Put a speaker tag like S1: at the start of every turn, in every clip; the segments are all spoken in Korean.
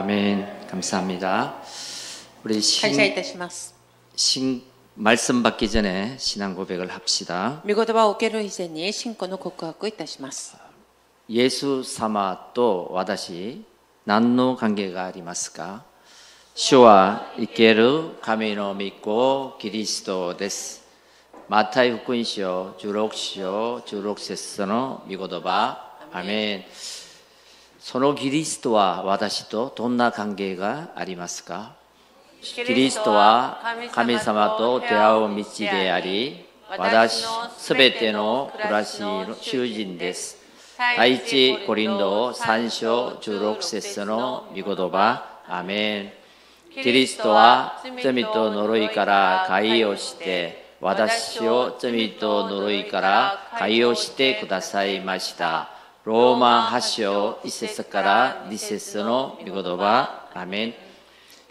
S1: 아멘. 감사합니다. 우리 신,
S2: 感謝いたします。
S1: 신 말씀 받기 전에 신앙 고백을 합시다.
S2: 御言葉を受ける以前に信仰の告白をいたします。
S1: 예수 사마 또 와다시 난노 관계가 아리마스까? 쇼와 이케르 가미노 믿고 그리스도 데스. 마타이 후쿠인시오 주록시오 주록세스노 미고도바 아멘. 소노 그리스도와 와다시 또 돈나 관계가 아리마스까? キリストは神様と出会う道であり、私すべての暮らしの囚人です。第一コリンド3章16節の御言葉、アメン。キリストは罪と呪いから解をして、私を罪と呪いから解をしてくださいました。ローマ8章1節から2節の御言葉、アメン。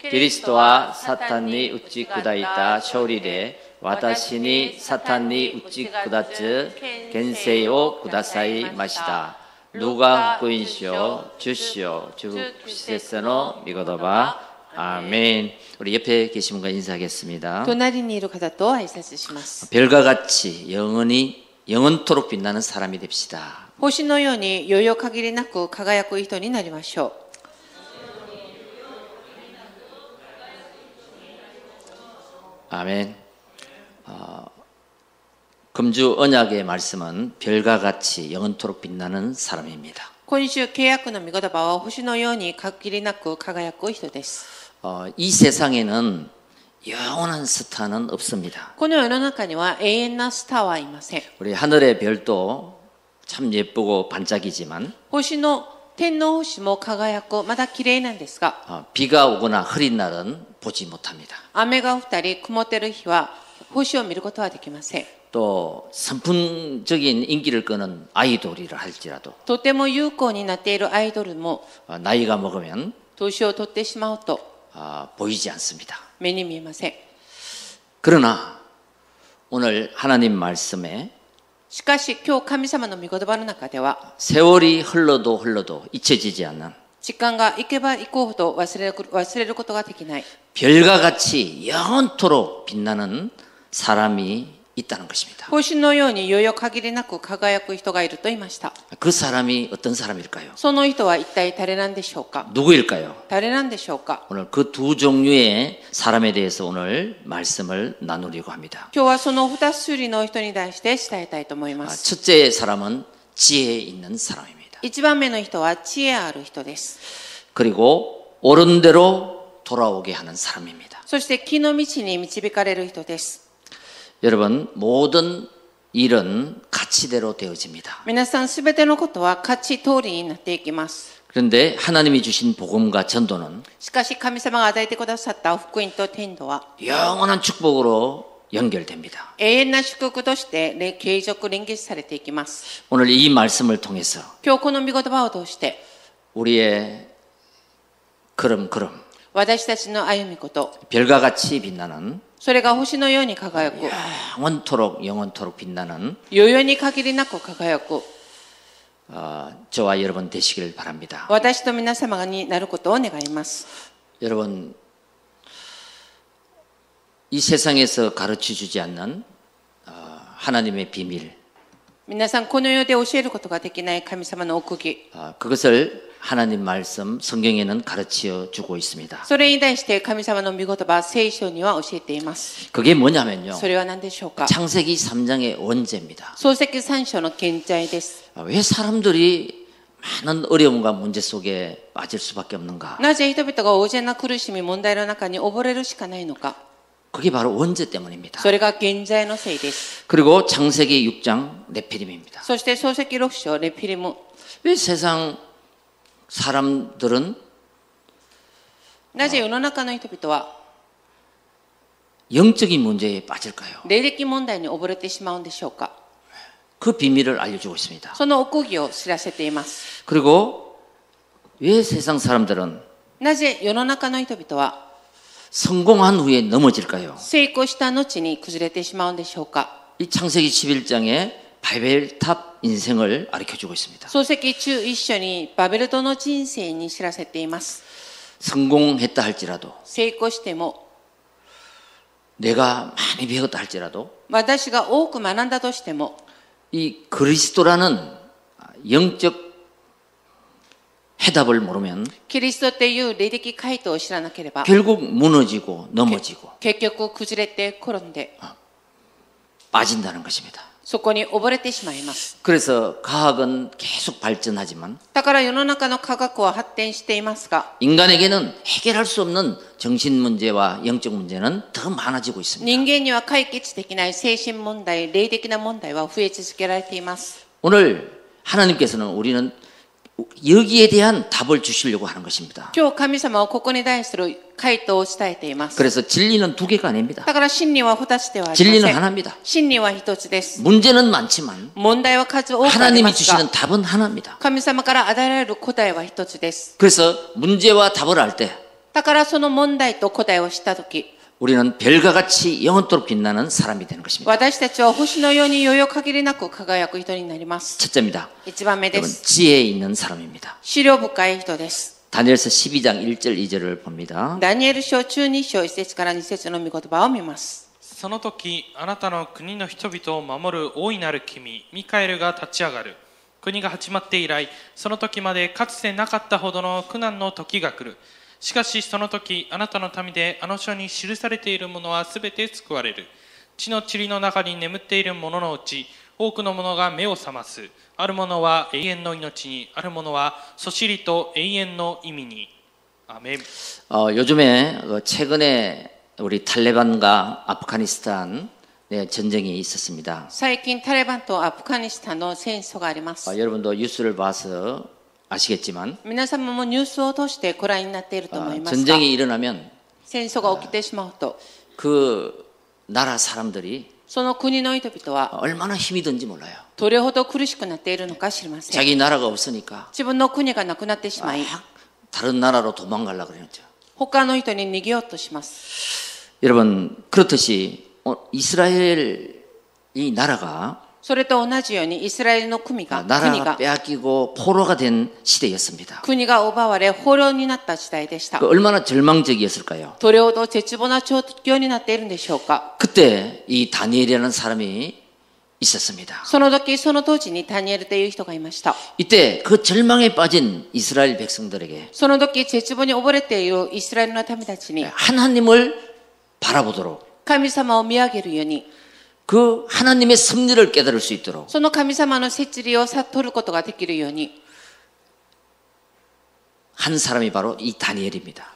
S1: キリストはサタンに打ち砕いた勝利で、私にサタンに打ち砕つ権勢をくださいました。ルガ福音書10章19節の御言葉、アーメン。우리옆에계신분과인사하겠습니다
S2: 隣にいる方と挨拶します。
S1: 별과 같이 영원히 영원토록 빛나는 사람이 됩시다.
S2: 星のように余裕限りなく輝く人になりましょう。
S1: 아멘. 어, 금주 언약의 말씀은 별과 같이 영원토록 빛나는 사람입니다.
S2: 今週、契約の御言葉は星のように限りなく輝く人です。
S1: 어, 이 세상에는 영원한 스타는 없습니다.
S2: この世の中には永遠なスターはいません。
S1: 우리 하늘의 별도 참 예쁘고 반짝이지만
S2: 星の天の星も輝く、まだ綺麗なんですが、
S1: 어, 비가 오거나 흐린 날은 보지 못합니다.
S2: 雨が降ったり曇ってる日は星を見ることはできません。
S1: 또 선풍적인 인기를 끄는 아이돌이라 할지라도
S2: とても有効になっているアイドルも
S1: 어, 나이가 먹으면
S2: 年を取ってしまうと
S1: 아, 보이지 않습니다.
S2: 目に見えません。
S1: 그러나 오늘 하나님 말씀에
S2: しかし今日神様の御言葉の中では
S1: 세월이 흘러도 흘러도 잊혀지지 않는
S2: 時間が行けば行くほど忘れる忘れることができない
S1: 별과 같이 영원토록 빛나는 사람이 있다는 것입니다.
S2: 星のように余裕限りなく輝く人がいると言いました
S1: 그 사람이 어떤 사람일까요?
S2: その人は一体誰なんでしょうか
S1: 누구일까요?
S2: 誰なんでしょうか
S1: 오늘 그 두 종류의 사람에 대해서 오늘 말씀을 na누려고 합니다.
S2: 今日はその二種類の人に対して伝えたいと思いま
S1: 아,
S2: す
S1: 첫째 사람은 지혜 있는 사람입니다.
S2: 一番目の人は知恵ある人です
S1: 그리고 옳은 대로 돌아오게 ha는 사람입니다.
S2: そして木の道に導かれる人です
S1: 여러분 모든 일은 가치대로 되어집니다.
S2: 皆さん全てのことは価値通りになっていきます
S1: 그런데 하나님이 주신 복음과 전도는
S2: しかし神様が与えてくださった福音と天道は
S1: 영원한 축복으로 연결됩니다.
S2: 永遠な祝福としてれ継続連結されていきます。
S1: 오늘 이 말씀을 통해서
S2: 今日この御言葉を通して、
S1: 우리의 걸음걸음
S2: 私たちの歩みこと、
S1: 별과 같이 빛나는
S2: それが星のように輝く、
S1: 영원토록 영원토록 빛나는
S2: 余裕に限りなく輝く、
S1: 어, 저와 여러분 되시길 바랍니다.
S2: 私と皆様になることを願います。
S1: 여러분 이 세상에서 가르쳐 주지 않는 어, 하나님의 비밀
S2: 皆さん、この世で教えることができない神様の奥義、
S1: 어, 그것을 하나님 말씀 성경에는 가르쳐 주고 있습니다.
S2: それに対して神様の御言葉、聖書には教えています。
S1: 그게 뭐냐면요.
S2: それは何でしょうか
S1: 창세기 3장의 원죄입니다.
S2: 創世記3章の見解です。
S1: 아, 왜 사람들이 많은 어려움과 문제 속에 빠질 수밖에 없는가?
S2: なぜ人々が大勢な苦しみ、問題の中に溺れるしかないのか
S1: 그게 바로 원죄 때문입니다.
S2: それが現在のせいです。
S1: 그리고 창세기 6장 네 레피림입니다.
S2: そして創世記6章レピリム。
S1: 왜 세상 사람들은
S2: なぜ世の中の人々は
S1: 영적인 문제에 빠질까요?
S2: 霊的問題に溺れてしまうんでしょうか
S1: 그 비밀을 알려주고 있습니다.
S2: その奥義を知らせています。
S1: 그리고 왜 세상 사람들은
S2: なぜ世の中の人々は
S1: 성공한 후에 넘어질까요?
S2: 成功した後に崩れてしまうんでしょうか
S1: 이 창세기 11장에 바벨탑 인생을 가르쳐주고 있습니다.
S2: 創世記中一緒にバベルトの人生に知らせています。
S1: 성공했다 할지라도
S2: 成功しても
S1: 내가 많이 배웠다 할지라도
S2: 私が多く学んだとしても
S1: 이 그리스도라는 영적 해답을 모르면
S2: キリストっていう霊的回答を知らなければ
S1: 결국 무너지고 넘어지고
S2: 結局崩れて転んで
S1: 빠진다는 것입니다.
S2: そこに溺れてしまいます
S1: 그래서 과학은 계속 발전하지만
S2: だから世の中の科学は発展していますが
S1: 인간에게는 해결할 수 없는 정신 문제와 영적 문제는 더 많아지고 있습니다.
S2: 人間には解決できない精神問題霊的な問題は増え続けられています
S1: 오늘 하나님께서는 우리는 여기에 대한 답을 주시려고 하는 것입니다.
S2: 今日神様はここに対する回答を伝えています
S1: 그래서 진리는 두 개가 아닙니다.
S2: だから真理は二つではあり
S1: 진리는
S2: ません
S1: 하나입니다.
S2: 真理は一つです
S1: 문제는 많지만
S2: 問題は数多くありま
S1: 하나님이
S2: すが
S1: 주시는 답은 하나입니다.
S2: 神様から与えられる答えは一つです
S1: 그래서 문제와 답을 알 때
S2: だからその問題と答えを知ったとき
S1: 우리는 별과 같이 영원토록 빛나는 사람이 되는 것입니다.
S2: 私たちは星のように余裕限りなく輝く人になります。
S1: 첫째입니다.
S2: 一番目で
S1: 여러분
S2: す。
S1: 지혜 있는 사람입니다.
S2: 資料深い人です。
S1: 다니엘서 12장 1절 2절을 봅니다.
S2: ダニエル書中2章1節から2節の御言葉を見ます。
S3: その時あなたの国の人々を守る大いなる君ミカエルが立ち上がる国が始まって以来その時までかつてなかったほどの苦難の時が来るしかしその時あなたの民であの書に記されているものはすべて救われる地の塵の中に眠っているもののうち多くのものが目を覚ますあるものは永遠の命にあるものはそしりと永遠の意味にアーメン
S1: 어, 요즘에 그 최근에 우리 탈레반과 아프가니스탄 의 전쟁이 있었습니다.
S2: 最近タレバンとアフガニスタンの戦争がありま
S1: 어,
S2: す。
S1: 여러분도 뉴스를 봐서 아시겠지만
S2: 皆様もニュースを通してご覧になっていると
S1: 어,
S2: 思いますが、
S1: 전쟁이 일어나면
S2: 戦争が起きてしまうと、
S1: 그 나라 사람들이
S2: その国の人々
S1: 어,
S2: は
S1: 얼마나 힘이 든지 몰라요.
S2: どれほど苦しくなっているのか知りません。
S1: 자기 나라가 없으니까 아,
S2: 自分の国がなくなってしまい、
S1: 다른 나라로 도망가려고 그러죠.
S2: 他の人に逃げようとします。
S1: 여러분 그렇듯이 어, 이스라엘 이 나라가
S2: それと同じようにイスラエルの国
S1: 아,
S2: が、国
S1: 나라가
S2: が、
S1: 빼앗기고 포로가 된 시대였습니다.
S2: 国が奪われ、捕虜になった時代でした
S1: 그 。 얼마나 절망적이었을까요?
S2: どれほど絶望な状況になっているんでしょうか。
S1: 그때 이 다니엘이라는 사람이 있었습니다.
S2: その時、その当時にダニエルという人がいました。
S1: 이때 그 절망에 빠진 이스라엘 백성들에게
S2: その時、絶望に溺れているイスラエルの民たちに、
S1: 하나님을 바라보도록
S2: 神様を見上げるように、
S1: 그 하나님의 섭리를 깨달을 수 있도록
S2: その神様の摂理を悟ることができるように、
S1: 한 사람이 바로 이 다니엘입니다.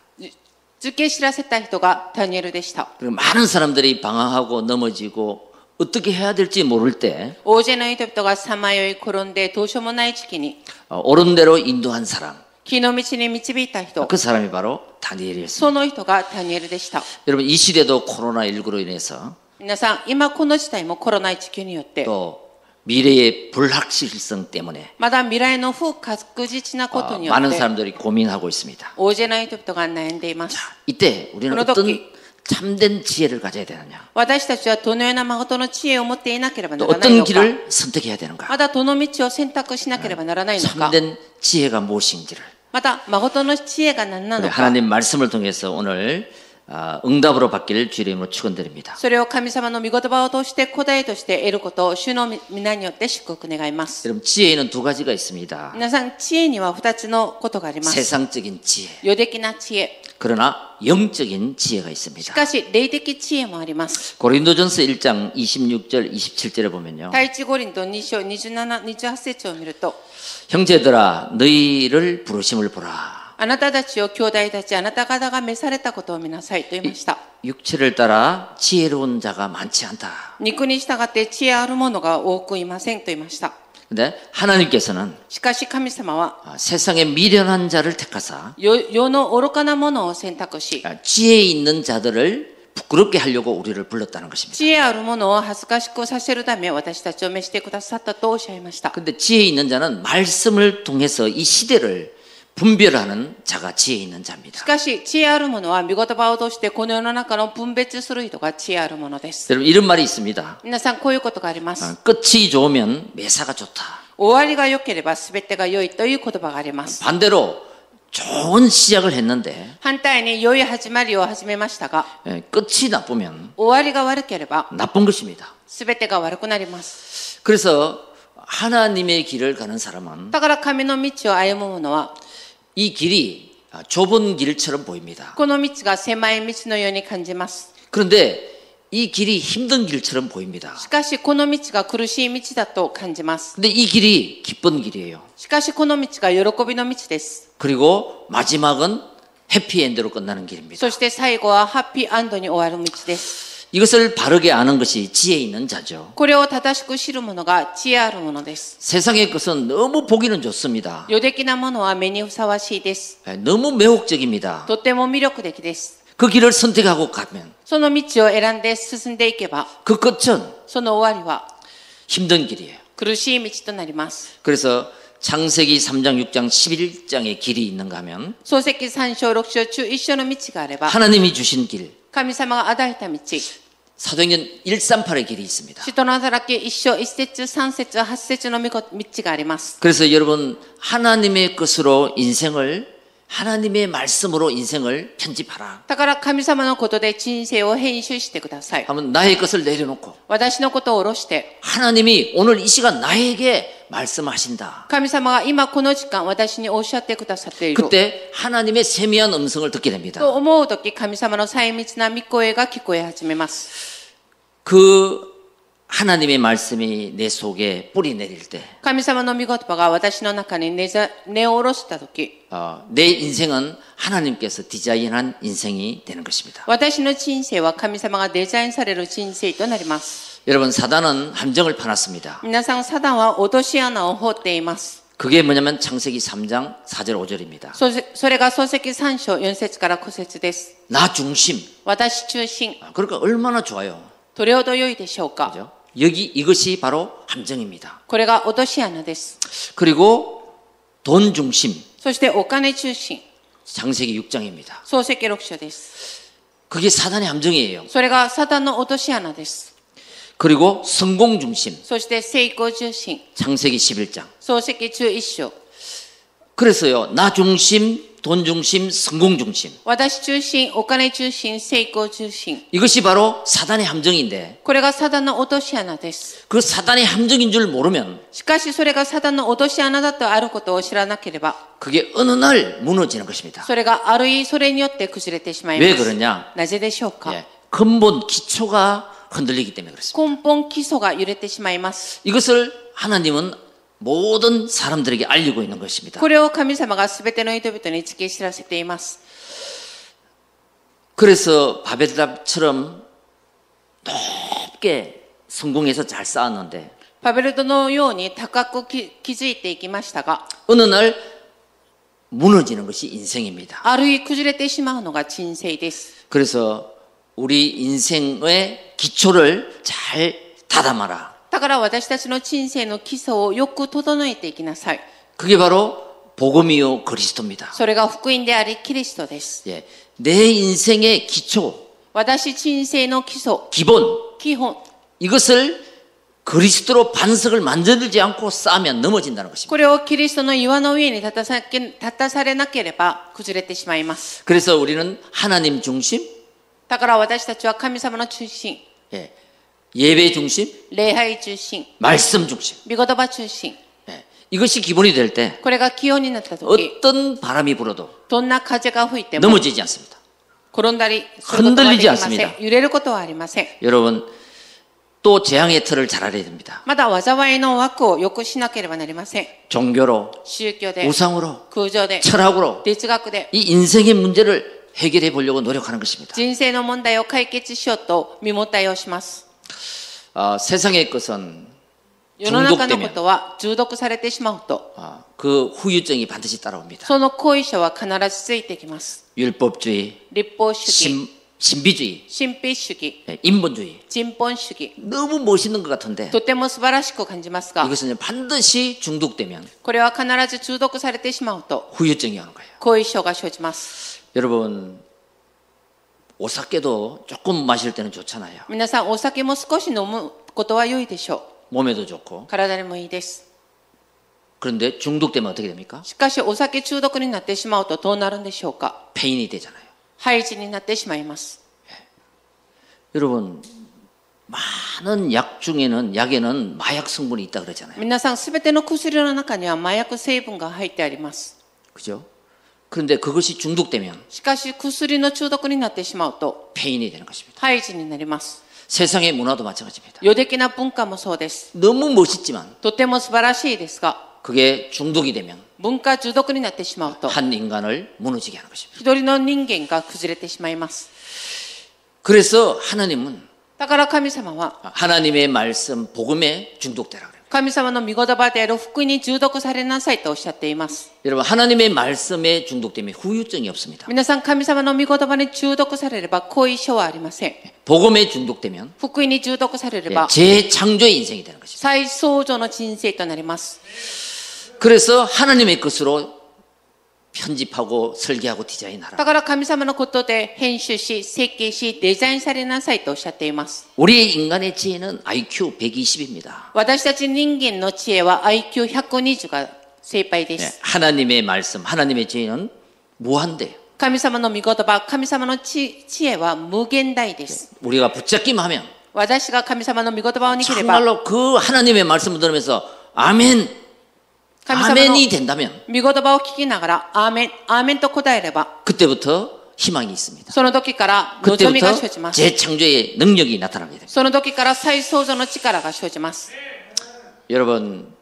S2: 付け知らせた人がダニエルでした。
S1: 그리고 많은 사람들이 방황하고 넘어지고 어떻게 해야 될지 모를 때
S2: 大勢の人々がさまよい転んでどうしようもない時期に、
S1: 어, 옳은 대로 인도한 사람
S2: 木の道に導いた人、
S1: 그 사람이 바로 다니엘이었습니다.
S2: その人がダニエルでした。
S1: 여러분 이 시대도 코로나 19로 인해서
S2: 皆さん、今この時代もコロナ1級によって、
S1: 또 미래의 불확실성 때문에
S2: まだ未来の不確実な
S1: 어,
S2: ことによっ
S1: 많은
S2: て、
S1: 사람들이 고민하고 있습니다.
S2: 大勢の人々が悩んでいます。
S1: 이때 우리는
S2: 그러다
S1: 어떤
S2: 보니-
S1: 참된 지혜를 가져야 되느냐,
S2: 私たちはどのような誠の知恵を持っていなければ
S1: 또
S2: ならない
S1: 어떤
S2: のか、
S1: 길을 선택해야 되는가,
S2: まだどの道を選択しなければならないのか、
S1: 참된 지혜가 무엇인지를
S2: また誠の知恵が何な
S1: 우리
S2: のか、
S1: 하나님 말씀을 통해서 오늘 아, 응답으로 받기를 주의 이름으로 축원드립니다.
S2: それを神様の御言葉を通して答えとして得ることを主の皆によって祝福願います。
S1: 여러분 지혜에는 두 가지가 있습니다.
S2: 皆さん、知恵には2つのことがあります。
S1: 세상적인 지혜,
S2: 余的な知恵、
S1: 그러나 영적인 지혜가
S2: し
S1: 있습니다.
S2: かし霊的知恵もあります。
S1: 고린도전서 1장 26절 27절에 보면요.
S2: 第一五輪と2章27、28節を見ると、
S1: 형제들아 너희를 부르심을 보라.
S2: あなたたちよ兄弟たち、あなた方が召されたことを見なさいと言いました。
S1: 육체를 따라 지혜로운 자가 많지 않다.
S2: 肉に従って知恵ある者が多くいませんと言いました。
S1: 근데 하나님께서는
S2: しかし神様は、
S1: 아, 세상에 미련한 자를 택하사
S2: よ世の愚かな者を選択し、
S1: 아, 지혜 있는 자들을 부끄럽게 하려고 우리를 불렀다는 것입니다.
S2: 知恵ある者を恥ずかしくさせるため私たちを召してくださったとおっしゃいました。
S1: 근데 지혜 있는 자는 말씀을 통해서 이 시대를 분별하는 자가 지혜 있는
S2: し
S1: 자입니다.
S2: かし、知恵ある者は見言葉を通してこの世の中の分別する人が知恵ある者です。
S1: 여러분 이런 말이 있습니다.
S2: 皆さん、こういうことがありま
S1: 아,
S2: す。
S1: 끝이 좋으면 매사가 좋다.
S2: 終わりが良ければ全てが良いという言葉があります。
S1: 반대로 좋은 시작을 했는데
S2: 反対に良い始まりを始めましたが、
S1: 예, 끝이 나쁘면
S2: 終わりが悪ければ
S1: 나쁜 것입니다.
S2: 全てが悪くなります。
S1: 그래서 하나님의 길을 가는 사람은
S2: だから神の道を歩む者は、
S1: 이 길이 아, 좁은 길처럼 보입니다.
S2: この道が狭い道のように感じます。
S1: 그런데 이 길이 힘든 길처럼 보입니다.
S2: しかしこの道が苦しい道だと感じます。
S1: 근데 이 길이 기쁜 길이에요.
S2: しかしこの道が喜びの道です。
S1: 그리고 마지막은 해피엔드로 끝나는 길입니다.
S2: そして最後はハッピーアンドに終わる道です。
S1: 이것을 바르게 아는 것이 지혜 있는 자죠.
S2: これを正しく知る者が知恵あるものです。
S1: 세상의 것은 너무 보기는 좋습니다.
S2: 余的なものは目にふさわしいです。
S1: 예, 너무 매혹적입니다.
S2: とても魅力的です。
S1: 그 길을 선택하고 가면
S2: その道を選んで進んでいけば、
S1: 그 끝은
S2: その終わりは
S1: 힘든 길이에요.
S2: 苦しい道となります。
S1: 그래서 창세기 3장, 6장, 11장의 길이 있는가 하면
S2: 漱石三章六章中一章の道があれば、
S1: 하나님이 주신 길,
S2: 神様が与えた道、使
S1: 사도행전 138의 길이 있습니다.
S2: 徒の働き一章一節三節八節の御子道があります。
S1: 그래서 여러분 하나님의 것으로 인생을 하나님의 말씀으로 인생을 편집하라
S2: だから神様のことで人生を編集してください。
S1: 하면 나의 것을 내려놓고
S2: 私のことを下ろして、
S1: 하나님이 오늘 이 시간 나에게 말씀하신다.
S2: 神様が今この時間私におっしゃってくださっている。
S1: 그때 하나님의 세미한 음성을 듣게 됩니다.
S2: と思うとき、神様の細密な御声が聞こえ始めます。
S1: 그 하나님의 말씀이 내 속에 뿌리 내릴 때,
S2: 神様の御言葉が私の中に根ざ根を下ろしたとき、
S1: 어, 내 인생은 하나님께서 디자인한 인생이 되는 것입니다.
S2: 私の人生は神様がデザインされる人生となります。
S1: 여러분, 사단은 함정을 파놨습니다.
S2: 皆さん、サダンは落とし穴を放っています。
S1: 그게 뭐냐면 창세기 3장 4절 5절입니다.
S2: そそれが漱石三章4節から5節です。
S1: 나 중심.
S2: 私中心、
S1: 아, 그러니까 얼마나 좋아요.
S2: どれほど良いでしょうか
S1: 그죠? 여기 이것이 바로 함정입니다.
S2: これが落とし穴です。
S1: 그리고 돈 중심.
S2: そしてお金中心、
S1: 창세기 6장입니다.
S2: 漱石六章です。
S1: 그게 사단의 함정이에요.
S2: それがサタンの落とし穴です。
S1: 그리고 성공 중심.
S2: そして成功中心、
S1: 창세기 11장.
S2: 漱石中一章。
S1: 그래서요. 나 중심, 돈 중심, 성공 중심.
S2: 私中心、お金中心、成功中心。
S1: 이것이 바로 사단의 함정인데
S2: これがサタンの落とし穴です。
S1: 그 사단의 함정인 줄 모르면
S2: しかしそれがサタンの落とし穴だとあることを知らなければ、
S1: 그게 어느 날 무너지는 것입니다.
S2: それがあるいそれによって崩れてしまい
S1: 왜
S2: ます。
S1: 그러냐?
S2: なぜでしょうか、
S1: 예, 근본 기초가 흔들리기 때문에 그렇습니다.
S2: 根本基礎が揺れてしまいます。
S1: 이것을 하나님은 모든 사람들에게 알리고 있는 것입니다.
S2: これを神様が全ての人々に突き知らせています。
S1: 그래서 바벨탑처럼 높게 성공해서 잘 쌓았는데
S2: パベルトのように高くき築いていきましたが、
S1: 어느 날 무너지는 것이 인생입니다.
S2: あるい崩れてしまうのが人生です。
S1: 그래서 우리 인생의 기초를 잘 다담아라.
S2: だから私たちの人生の基礎をよく整えていきなさい。
S1: 그게 바로 복음이요 그리스도입니다.
S2: それが福音であり、キリストです。
S1: 예, 내 인생의 기초,
S2: 私人生の基礎、
S1: 기본
S2: 基本、
S1: 이것을 그리스도로 반석을 만들지 않고 쌓으면 넘어진다는 것입니다.
S2: これをキリストの岩の上に立たさけ立たされなければ崩れてしまいます。
S1: 그래서 우리는 하나님 중심,
S2: だから私たちは神様の中心、
S1: 예, 예배 중심,
S2: 礼拝中心、
S1: 말씀 중심.
S2: 御言葉中心、
S1: 예, 이것이 기본이 될 때
S2: これが気温になった時、
S1: 어떤 바람이 불어도
S2: どんな風が吹いても
S1: 넘어지지 않습니다.
S2: 転んだりすることはできま
S1: 흔들리지않습
S2: せ
S1: 니다
S2: ん。揺れることはありません。
S1: 여러분 또 재앙의 틀을 잘 알아야 됩니다.
S2: まだ災いの枠を良くしなければなりません。
S1: 종교로,
S2: 宗教で、
S1: 우상으로,
S2: 空情で、
S1: 철학으로
S2: 哲学で、
S1: 이 인생의 문제를 해결해 보려고 노력하는 것입니다.
S2: 人生の問題を解決しようと身もたえをします。
S1: 아, 세상의 것은
S2: 世の中のことは中毒されてしまうと、
S1: 아, 그 후유증이 반드시 따라옵니다.
S2: その後遺症は必ずついてきます。
S1: 율법주의,
S2: 立法主義、
S1: 신, 신비주의,
S2: 神秘主義、
S1: 예, 인본주의
S2: 人本主義、
S1: 너무 멋있는 것 같은데
S2: とても素晴らしく感じますが、
S1: 이것은 반드시 중독되면
S2: これは必ず中毒されてしまうと、
S1: 후유증이 오는 거예요.
S2: 後遺症が生じます。
S1: 여러분 오사케도 조금 마실 때는 좋잖아요.
S2: 皆さん、お酒も少し飲むことは良いでしょ
S1: 몸에도 좋고
S2: う。体にもいいです。
S1: 그런데 중독되면 어떻게 됩니까?
S2: しかしお酒中毒になってしまうとどうなるんでしょうか
S1: 페인이 되잖아요.
S2: 廃止になってしまいます。
S1: 여러분 많은 약 중에는 약에는 마약 성분이 있다 그러잖아요.
S2: 皆さんすべての薬の中には麻薬成分が入ってあります。
S1: 그죠? 그런데 그것이 중독되면
S2: しかし薬の中毒になってしまうと
S1: 페인이 되는 것입니다.
S2: 廃止になります。
S1: 세상의 문화도 마찬가지입니다.
S2: 余的な文化もそうです。
S1: 너무 멋있지만
S2: とても素晴らしいですが、
S1: 그게 중독이 되면
S2: 文化中毒になってしまうと、
S1: 한 인간을 무너지게 하는 것입니다.
S2: 一人の人間が崩れてしまいます。
S1: 그래서 하나님은
S2: だから神様は、
S1: 하나님의 말씀 복음에 중독되라 그래요.
S2: 神様の御言葉である福音に中毒されなさいとおっしゃっています。
S1: 여러분 하나님의 말씀에 중독되면 후유증이 없습니다.
S2: 皆さん神様の御言葉に中毒されれば後遺症はありません。
S1: 복음에 중독되면
S2: 福音に中毒されれ
S1: 예,
S2: ば、
S1: 재창조의 인생이 되는 것입니다.
S2: 再創造の人生となります。
S1: 그래서 하나님의 것으로 편집하고 설계하고 디자인하라.
S2: だから神様のことで編集し、設計し、デザインされなさいとおっしゃっています。
S1: 우리의 인간의 지혜는 IQ 120입니다.
S2: 私たち人間の知恵は IQ120 が精一杯で
S1: 예,
S2: す。
S1: 하나님의 말씀, 하나님의 지혜는 무한대요.
S2: 神様の御言葉、神様の知知恵は無限大です。
S1: 우리가 붙잡기만 하면
S2: 私が神様の御言葉を握れば、
S1: 정말로 그 하나님의 말씀을 들으면서 아멘,
S2: 神様の
S1: 아멘이 된다면
S2: 御言葉を聞きながら、アーメン、アーメンと答えれば、
S1: 그때부터 희망이 있습니다.
S2: その時から望みが
S1: 그때부터
S2: 生じます。
S1: 재창조의 능력이 나타납니다.
S2: その時から再創造の力が生じます。
S1: 여러분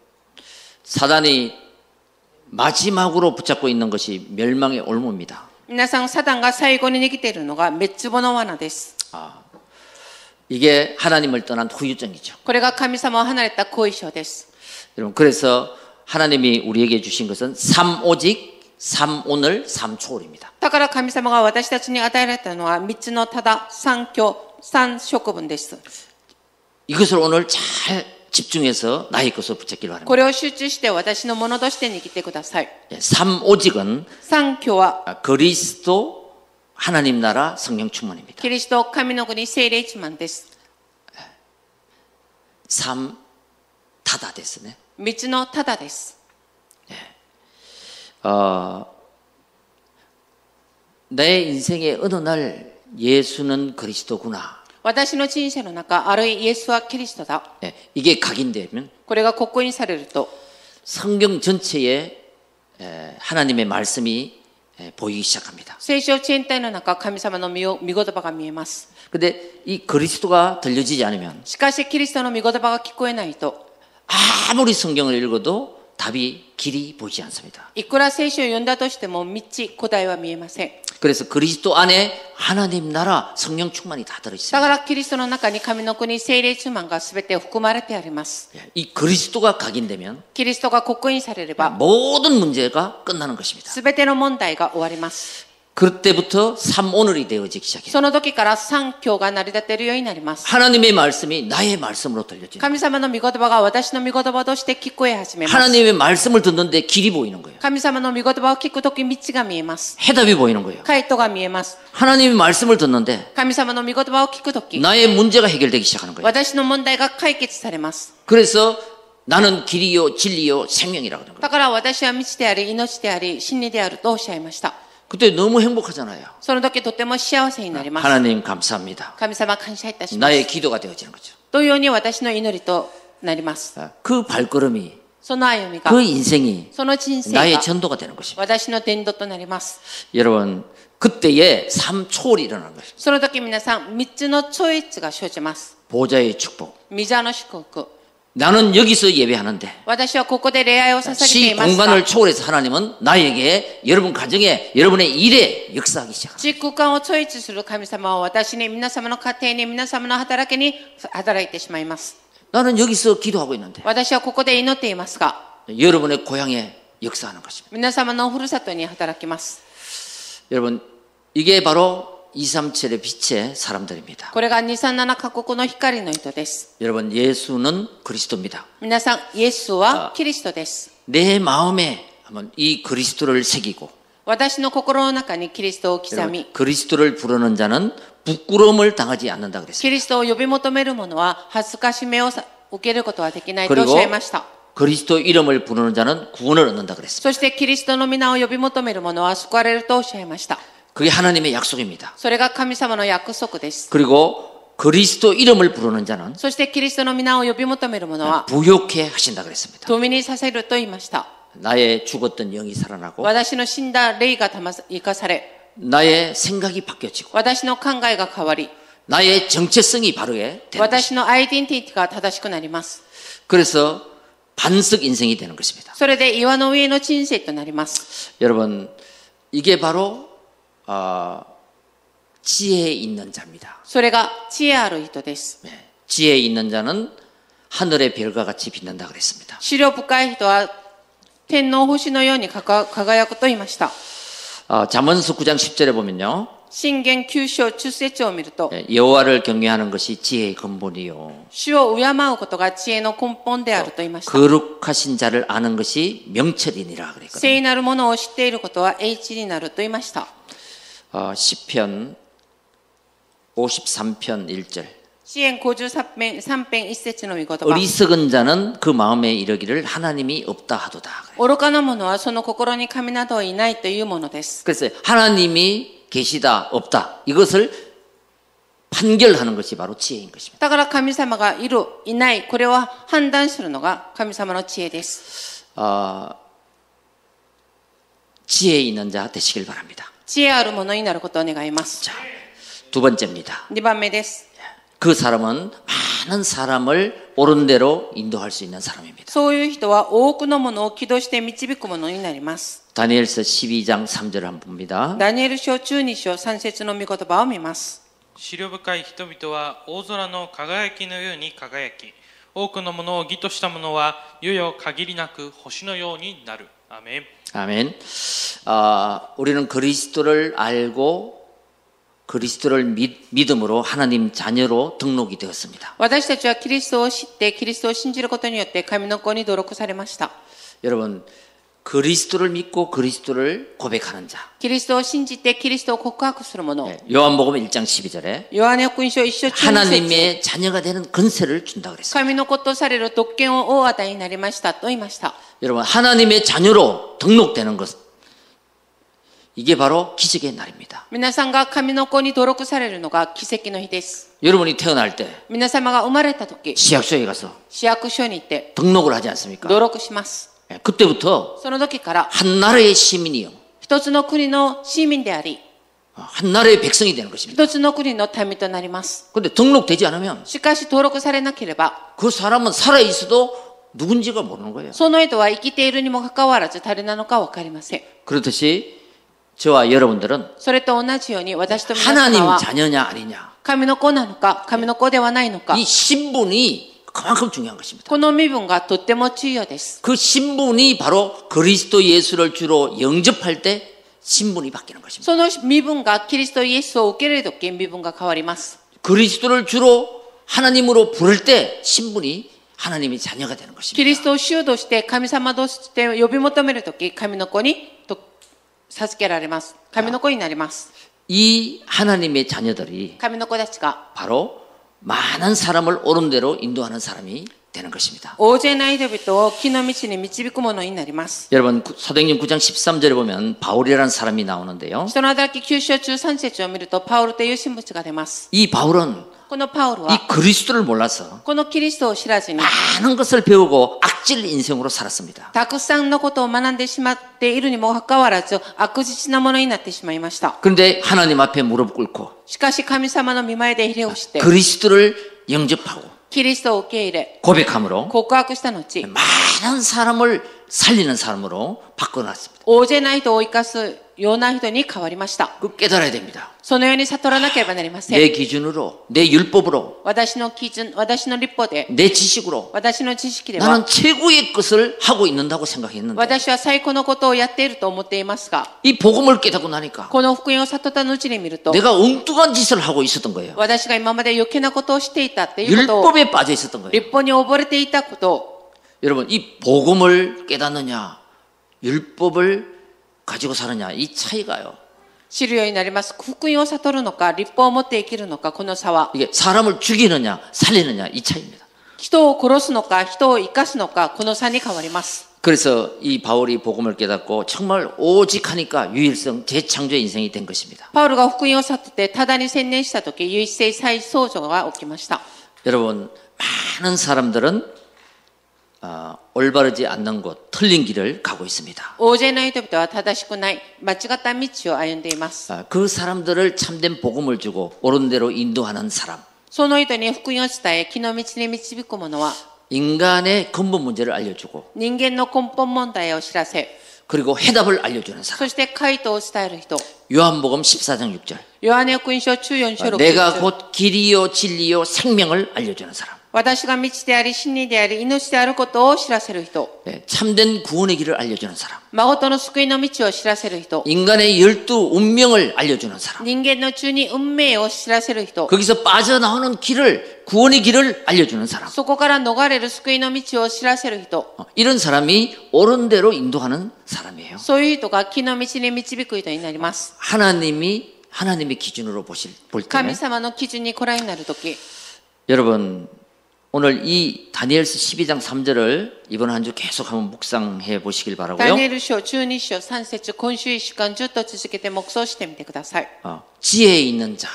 S1: 사단이 마지막으로 붙잡고 있는 것이 멸망의 올무입니다.
S2: 皆さん、サタンが最後に握っているのが滅亡の罠です。
S1: 이게 하나님을 떠난 후유증이죠.
S2: これが神様を離れた後遺症です。
S1: 여러분 그래서 하나님이 우리에게 주신 것은 삼오직 삼오늘 삼초월입니다.
S2: だから神様が私たちに与えられたのは3つのただ三教三食分です。
S1: 이것을 오늘 잘 집중해서 나의 것을 붙잡기를
S2: こ
S1: 바랍니다.
S2: れを集中して私のものとして握ってください。
S1: 예, 삼오직은
S2: 三教は
S1: 그리스도 하나님 나라 성령 충만입니다.
S2: キリスト、神の国、聖霊一万です。
S1: 삼 타다 됐으네.
S2: 3つのただです。
S1: 어, 내 인생의 어느 날 예수는 그리스도구나.
S2: 私の人生の中、あるいイエスはキリストだ。
S1: 예, 이게 각인되면
S2: これが刻印されると、
S1: 성경 전체에 에, 하나님의 말씀이 에, bo이기 시작합니다.
S2: 聖書全体の中、神様の御御言葉が見えます。
S1: 근데 이 그리스도가 들려지지 않으면
S2: しかし、キリストの御言葉が聞こえないと、
S1: 아무리 성경을 읽어도 답이 길이 보이지 않습니다.
S2: いくら聖書を読んだとしても、道、答えは見えません。
S1: 그래서 그리스도 안에 하나님 나라 성령 충만이 다 들어
S2: だ
S1: 있습니다.
S2: からキリストの中に神の国、聖霊充満が全て含まれてあります。
S1: 예, 이 그리스도가 각인되면 아,
S2: キリストが刻印されれば、
S1: 모든 문제가 끝나는 것입니다.
S2: 全ての問題が終わります。
S1: 그때부터 삼오늘이 되어지기 시작해요.
S2: その時から三教が成り立てるようになります。
S1: 하나님의 말씀이 나의 말씀으로 들려지는 거예요.
S2: 神様の御言葉が私の御言葉として聞こえ始めます。
S1: 하나님의 말씀을 듣는데 길이 보이는 거예요.
S2: 神様の御言葉を聞く時、道が見えます。
S1: 해답이 보이는 거예요.
S2: 回答が見えます。
S1: 하나님의 말씀을 듣는데
S2: 神様の御言葉を聞く時、
S1: 나의 문제가 해결되기 시작하는 거예요.
S2: 私の問題が解決されます。
S1: 그래서 나는 길이요 진리요 생명이라고 그러는 거예요.
S2: だから私は道であり、命であり、真理であるとおっしゃいました。
S1: 그때 너무 행복하잖아요.
S2: その時とても幸せになります。
S1: 하나님 감사합니다.
S2: 神様感謝いたします。
S1: 나의 기도가 되어지는 거죠.
S2: 同様に私の祈りとなります。
S1: 그 발걸음이
S2: その歩みが
S1: 그 、 인생이
S2: その人生
S1: 나의
S2: が
S1: 전도가 되는 것입니다.
S2: 私の伝道となります。
S1: 여러분 그때에 삼초월이 일어나는 거예요.
S2: その時皆さん、三つの超越が生じます。
S1: 보좌의 축복.
S2: ミザの祝福。
S1: 나는 여기서 예배하는데
S2: 私はここで礼拝を捧げて
S1: 시
S2: いますが
S1: 공간을 、 초월해서 하나님은 나에게 여러분 가정에 여러분의 일에 역사하기 시작합니다.
S2: 時空間を超越する神様は私に、皆様の家庭に、皆様の働きに働いてしまいます。
S1: 나는 여기서 기도하고 있는데
S2: 私はここで祈っていますが、
S1: 여러분의 고향에 역사하는 것입니다.
S2: 皆様のふるさとに働きます。
S1: 여러분 이게 바로 237의 빛의 사람들입니다.
S2: これが237カ国の光の糸です。
S1: 여러분 예수는 그리스도입니다.
S2: 皆さん、イエスはキリストです。
S1: 내 마음에 한번 이 그리스도를 새기고
S2: 私の心の中にキリストを刻
S1: 여러분,
S2: み、
S1: 그리스도를 부르는 자는 부끄러움을 당하지 않는다 그랬어요.
S2: キリストを呼び求める者は恥ずかしめをさ受けることはできないとおっ
S1: 그리고
S2: しゃいました。
S1: 그리스도 이름을 부르는 자는 구원을 얻는다 그랬습니다.
S2: そしてキリストの皆を呼び求める者は救われるとおっしゃいました。
S1: 그게 하나님의 약속입니다.
S2: それが神様の約束です。
S1: 그리고 그리스도 이름을 부르는 자는
S2: そしてキリストの皆を呼び求める者は
S1: 부욕해 하신다 그랬습니다.
S2: 富にさせると言いました。
S1: 나의 죽었던 영이 살아나고
S2: 私の死んだ霊がたま生かされ、
S1: 나의 생각이 바뀌어지고
S2: 私の考えが変わり、
S1: 나의 정체성이 바르게 되는 것입니다.
S2: 私のアイデンティティが正しくなります。
S1: 그래서 반석 인생이 되는 것입니다.
S2: それで岩の上の人生となります。
S1: 여러분 이게 바로 아, 지혜 있는 자입니다.
S2: それが知恵ある人です。
S1: 예. 지혜 있는 자는 하늘의 별과 같이 빛난다 그랬습니다.
S2: 資料深い人は天皇星のようにかか輝くと言いました。
S1: 아, 잠언서 9장 10절에 보면요.
S2: 信玄九章中節を見ると、
S1: 예, 여호와를 경외하는 것이 지혜의 근본이요.
S2: 主を敬うことが知恵の根本であると言いました。
S1: 거룩하신 자를 아는 것이 명철이니라 그랬거든요.
S2: 聖なるものを知っていることは英知になると言いました。
S1: 어, 시편 53편 1절.
S2: 支援53編3編1節の御言葉。
S1: 어리석은 자는 그 마음에 이르기를 하나님이 없다 하도다. 그래요.
S2: 愚かな者はその心に神などはいないというものです。
S1: 그래서 하나님이 계시다 없다 이것을 판결하는 것이 바로 지혜인 것입니다.
S2: だから神様がいる、いない、これは判断するのが神様の知恵です。
S1: 아, 지혜 있는 자 되시길 바랍니다.
S2: 知恵あるものになることを願います。
S1: 두 번째입니다.
S2: 2番目です。
S1: 그 사람은 많은 사람을 옳은 대로 인도할 수 있는 사람입니다.
S2: そういう人は多くのものを起動して導くものになります。
S1: 다니엘서 12장 3절을 한번 봅니다.
S2: ダニエル書中2章3節の御言葉を見ます。
S3: 資料深い人々は大空の輝きのように輝き多くのものを義としたものは世々限りなく星のようになるアーメン
S1: 아멘. 아, 우리는 그리스도를 알고 그리스도를 믿, 믿음으로 하나님 자녀로 등록이 되었습니다.
S2: 私たちはキリストを知って、キリストを信じることによって神の子に登録されました。
S1: 여러분, 그리스도를 믿고 그리스도를 고백하는 자.
S2: キリストを信じてキリストを告白する者。
S1: 예, 요한복음 1장 12절에
S2: ヨハネ福音書一章中二節
S1: 하나님의 자녀가 되는 근세를 준다 그랬어요.
S2: 神の子とされる特権を大与えになりましたと言いました。
S1: 여러분, 하나님의 자녀로 등록되는 것. 이게 바로 기적의 날입니다.
S2: 皆さんが神の子に登録されるのが奇跡の日です。
S1: 여러분이 태어날 때
S2: 皆様が生まれた時、
S1: 시약소에 가서
S2: 市役所に行って、
S1: 등록을 하지 않습니까?
S2: 登録します。
S1: 예, 그때부터
S2: その時から、
S1: 한 나라의 시민이요. 어,
S2: 一つの国の市民であり、
S1: 한 나라의 백성이 되는 것입니다.
S2: 一つの国の民となります。
S1: 근데 등록되지 않으면
S2: しかし登録されなければ、
S1: 그 사람은 살아 있어도 누군지가 모르는 거예요.
S2: その人は生きているにもかかわらず誰なのかわかりません。
S1: 그렇듯이 저와 여러분들은
S2: それと同じように私と皆
S1: 하나님
S2: 様は
S1: 자녀냐 아니냐
S2: 神の子なのか、神の子ではないのか
S1: 이 、 신분이 그만큼 중요한 것입니다.
S2: この身分がとっても重要です。
S1: 그 신분이 바로 그리스도 예수를 주로 영접할 때 신분이 바뀌는 것입니다.
S2: その身分がキリストイエスを受け入れるとき身分が変わります。
S1: 그리스도를 주로 하나님으로 부를 때 신분이 하나님의 자녀가 되는
S2: キ
S1: 것입니다.
S2: リストを主として神様として呼び求めるとき、神の子にと授けられます。神の子になります。
S1: 이 하나님의 자녀들이
S2: 神の子たちが
S1: 바로 많은 사람을 옳은 대로 인도하는 사람이 되는 것입니다.
S2: 大勢の人々を木の道に導くものになります。
S1: 여러분 구- 사도행전 9장 13절에 보면 바울이라는 사람이 나오는데요.
S2: 人の働き九章中三節を見ると、パウルという人物が出ます。
S1: 이 바울은
S2: このパウル
S1: 이
S2: は、
S1: 그리스도를 몰라서
S2: このキリストを知らずに、
S1: 많은 것을 배우고 악질 인생으로 살았습니다.
S2: たくさんのことを学んでしまっているにもかかわらず、悪質なものになってしまいました。
S1: 그런데 하나님 앞에 무릎 꿇고
S2: しかし神様の見前でひれをして、
S1: 그리스도를 영접하고
S2: キリストを受け入れ、
S1: 고백함으로
S2: 告白した後、
S1: 많은 사람을 살리는 사람으로 바꿔놨습니다.
S2: 大勢ない人を生かすような人に変わりました。
S1: 그 깨달아야 됩니다.
S2: そのように悟らなければなりませ
S1: 내
S2: ん。
S1: 기준으로, 내 율법으로,
S2: 私の基準、私の立法で、
S1: 내 지식으로
S2: 私の知識では、
S1: 나는 최고의 것을 하고 있는다고 생각했는데
S2: 私は最高のことをやっていると思っていますが、
S1: 이 복음을 깨닫고 나니까
S2: この福音を悟った後に見ると、
S1: 내가 엉뚱한 짓을 하고 있었던 거예요.
S2: 私が今まで余計なことをしていたっていうことを、
S1: 율법에 빠져 있었던 거예요.
S2: 立法に溺れていたことを、
S1: 여러분 이 복음을 깨닫느냐 율법을 가지고 사느냐 이 차이가요.
S2: 知るようになります。福音を悟るのか、立法を持って生きるのか、この差は、
S1: 이게 사람을 죽이느냐 살리느냐 이 차이입니다.
S2: 人を殺すのか人を生かすのかこの差に変わります
S1: 그래서 이 바울이 복음을 깨닫고 정말 오직하니까 유일성 재창조의 인생이 된 것입니다.
S2: パウロが福音を去ってただに専念した時唯一性再創造が起きました
S1: 여러분 많은 사람들은 아, 올바르지 않는 곳, 틀린 길을 가고 있습니다.
S2: 大勢の人々は正しくない間違った道を歩んでいます
S1: 아, 그 사람들을 참된 복음을 주고 옳은 대로 인도하는 사람,
S2: その人に福音を伝え木の道に導く者は
S1: 인간의 근본 문제를 알려주고
S2: 人間の根本問題を知らせ
S1: 그리고 해답을 알려주는 사람.
S2: そして回答を伝える人
S1: 요한복음 14장 6절.
S2: ヨハネ福音書14章
S1: 아,
S2: 6
S1: 내가 곧 길이요 진리요 생명을 알려주는 사람.
S2: 私が道であり真理であり命であることを知らせる人
S1: 예, 참된 구원의 길을 알려주는 사람.
S2: 誠の救いの道を知らせる人
S1: 인간의 열두 운명을 알려주는 사람.
S2: 人間の中に運命を知らせる人
S1: 거기서 빠져나오는 길을 구원의 길을 알려주는 사람.
S2: そこから逃れる救いの道を知らせる人
S1: 어, 이런 사람이 옳은 대로 인도하는 사람이에요.
S2: そういう人が木の道に導く人になります
S1: 하나님이 하나님의 기준으로 보실 볼 때는
S2: 神様の基準にご覧になるとき
S1: 여러분 오늘 이 다니엘서 12장 3절을 이번 한 주 계속 한번 묵상해 보시길
S2: ダ
S1: 바라고요.
S2: ニエル書12章3節今週1週間ずっと続けて黙想してみてください
S1: 어, 지혜 있는 자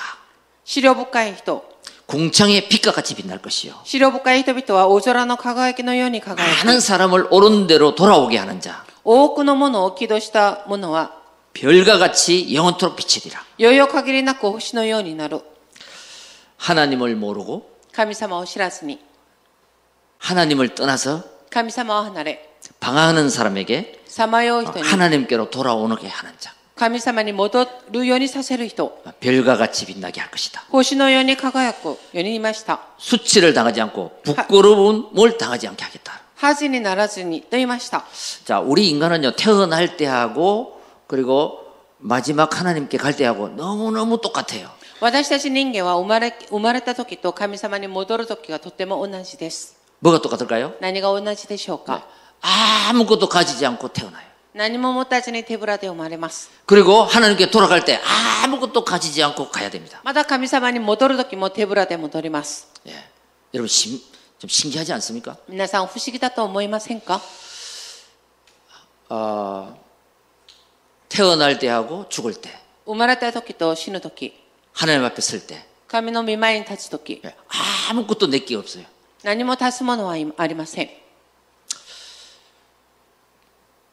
S2: 資料深い人
S1: 궁창의 빛과 같이 빛날 것이요.
S2: 資料深い人々は大空の輝きのように輝く
S1: 많은 사람을 옳은 대로 돌아오게 하는 자
S2: 多くのものを起動したものは
S1: 별과 같이 영원토록 비치리라.
S2: 余裕限りなく星のようになる
S1: 하나님을 모르고
S2: 神様を知らずに
S1: 하나님을 떠나서
S2: 神様を離れ
S1: 방황하는 사람에게
S2: さまよう
S1: 어,
S2: 人に
S1: 하나님께로 돌아오게 하는 자
S2: 神様に戻るようにさせる人
S1: 어, 별과 같이 빛나게 할 것이다.
S2: 星のように輝くようにいました
S1: 수치를 당하지 않고 부끄러움을 당하지 않게 하겠다.
S2: 恥にならずにと言いました
S1: 자, 우리 인간은요 태어날 때하고 그리고 마지막 하나님께 갈 때하고 너무너무 똑같아요.
S2: 私たち人間は生まれ生まれた時と神様に戻る時がとても同じです
S1: 뭐가 똑같을까요?
S2: 何が同じでしょうか
S1: 아무것도 가지지 않고 태어나요.
S2: 何も持たずに手ぶらで生まれます
S1: 그리고 하나님께 돌아갈 때 아무것도 가지지 않고 가야 됩니다.
S2: まだ神様に戻る時も手ぶらで戻ります
S1: 예. 여러분 신, 좀 신기하지 않습니까?
S2: 皆さん不思議だと思いませんか
S1: 어, 태어날 때하고 죽을 때,
S2: 生まれた時と死ぬ時
S1: 하나님 앞에 설 때,
S2: 神の御前に立つ時
S1: 예. 아무것도 내게 없어요.
S2: 何も足すものはありません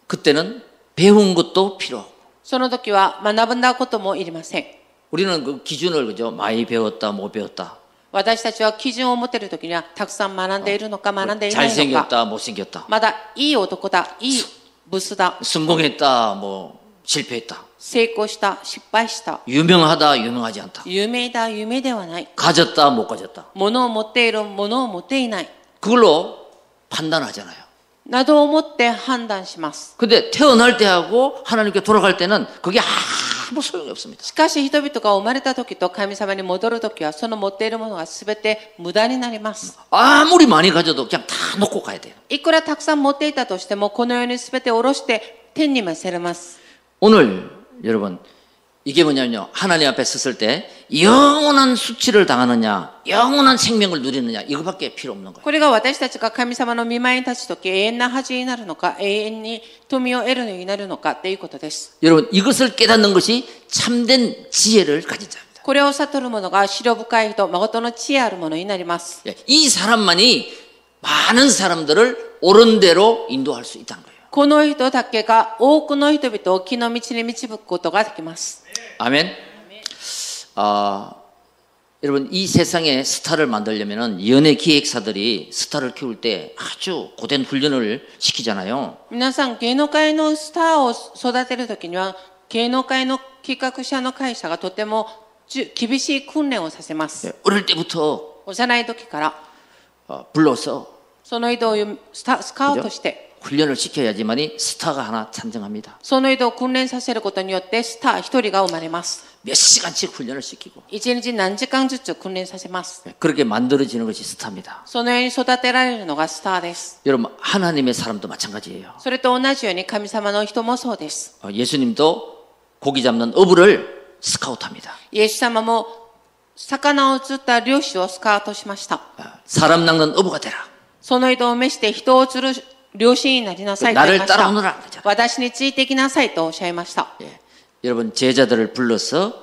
S1: 그때는 배운 것도 필요. 없고
S2: その時は学んだこともいりません
S1: 우리는 그 기준을 그죠? 많이 배웠다, 못 배웠다. 뭐
S2: 私たちは基準を持てる時にはたくさん学んでいるのか学んでいないのか
S1: 잘생겼다, 못생겼다.
S2: まだいい男だいいブスだ
S1: 성공했다, 뭐 실패했다.
S2: 成功した失敗した
S1: 유명하다, 유명하지 않다.
S2: 有名だ有名ではない
S1: 가졌다, 못 가졌다.
S2: 物を持っている物を持っていない
S1: 그걸로 판단하잖아요.
S2: などを持って判断します
S1: 근데 태어날 때하고 하나님께 돌아갈 때는 그게 아무 소용이 없습니다.
S2: しかし人々が生まれた時と神様に戻る時はその持っているものが全て無駄になります
S1: 아무리 많이 가져도 그냥 다 놓고 가야 돼요.
S2: いくらたくさん持っていたとしてもこの世に全て下ろして天に召せれます
S1: 오늘 여러분 이게 뭐냐면요. 하나님 앞에 섰을 때 영원한 수치를 당하느냐, 영원한 생명을 누리느냐 이거밖에 필요 없는 거예요.
S2: これが私たちが神様の見前に立つ時永遠な恥になるのか永遠に富を得るようになるのかということです
S1: 여러분 이것을 깨닫는 것이 참된 지혜를 가진 자입니다.
S2: これを悟る者が白深い人誠の知恵ある者になります
S1: 예, 이 사람만이 많은 사람들을 옳은 대로 인도할 수 있다는 거예요.
S2: この人だけが多くの人々を木の道に導くことができます
S1: 아멘. 아, 여러분 이 세상에 스타를 만들려면 연예 기획사들이 스타를 키울 때 아주 고된 훈련을 시키잖아요.
S2: 皆さん芸能界のスターを育てる時には芸能界の企画者の会社がとてもじゅ厳しい訓練をさせます
S1: 예, 어릴 때부터
S2: 幼い時から
S1: 어, 불러서
S2: その人をゆスタスカウトして、
S1: 훈련을 시켜야지만이 스타가 하나 탄생합니다.
S2: その人を訓練させることによってスター一人が生まれます。
S1: 몇 시간씩 훈련을 시키고
S2: 一日何時間ずつ訓練させます。
S1: 예, 그렇게 만들어지는 것이 스타입니다.
S2: そのように育てられるのがスターです。
S1: 여러분 하나님의 사람도 마찬가지예요.
S2: それと同じように神様の人もそうです。
S1: 어, 예수님도 고기 잡는 어부를 스카우트합니다.
S2: イエス様も魚を釣った漁師をスカウトしました。
S1: 아, 사람 낚는 어부가 되라.
S2: その人を召して人を釣る漁師になりなさいと言いまし
S1: 나를따라오너라그죠
S2: た。私についてきなさいとおっしゃいました。
S1: 예. 여러분 제자들을 불러서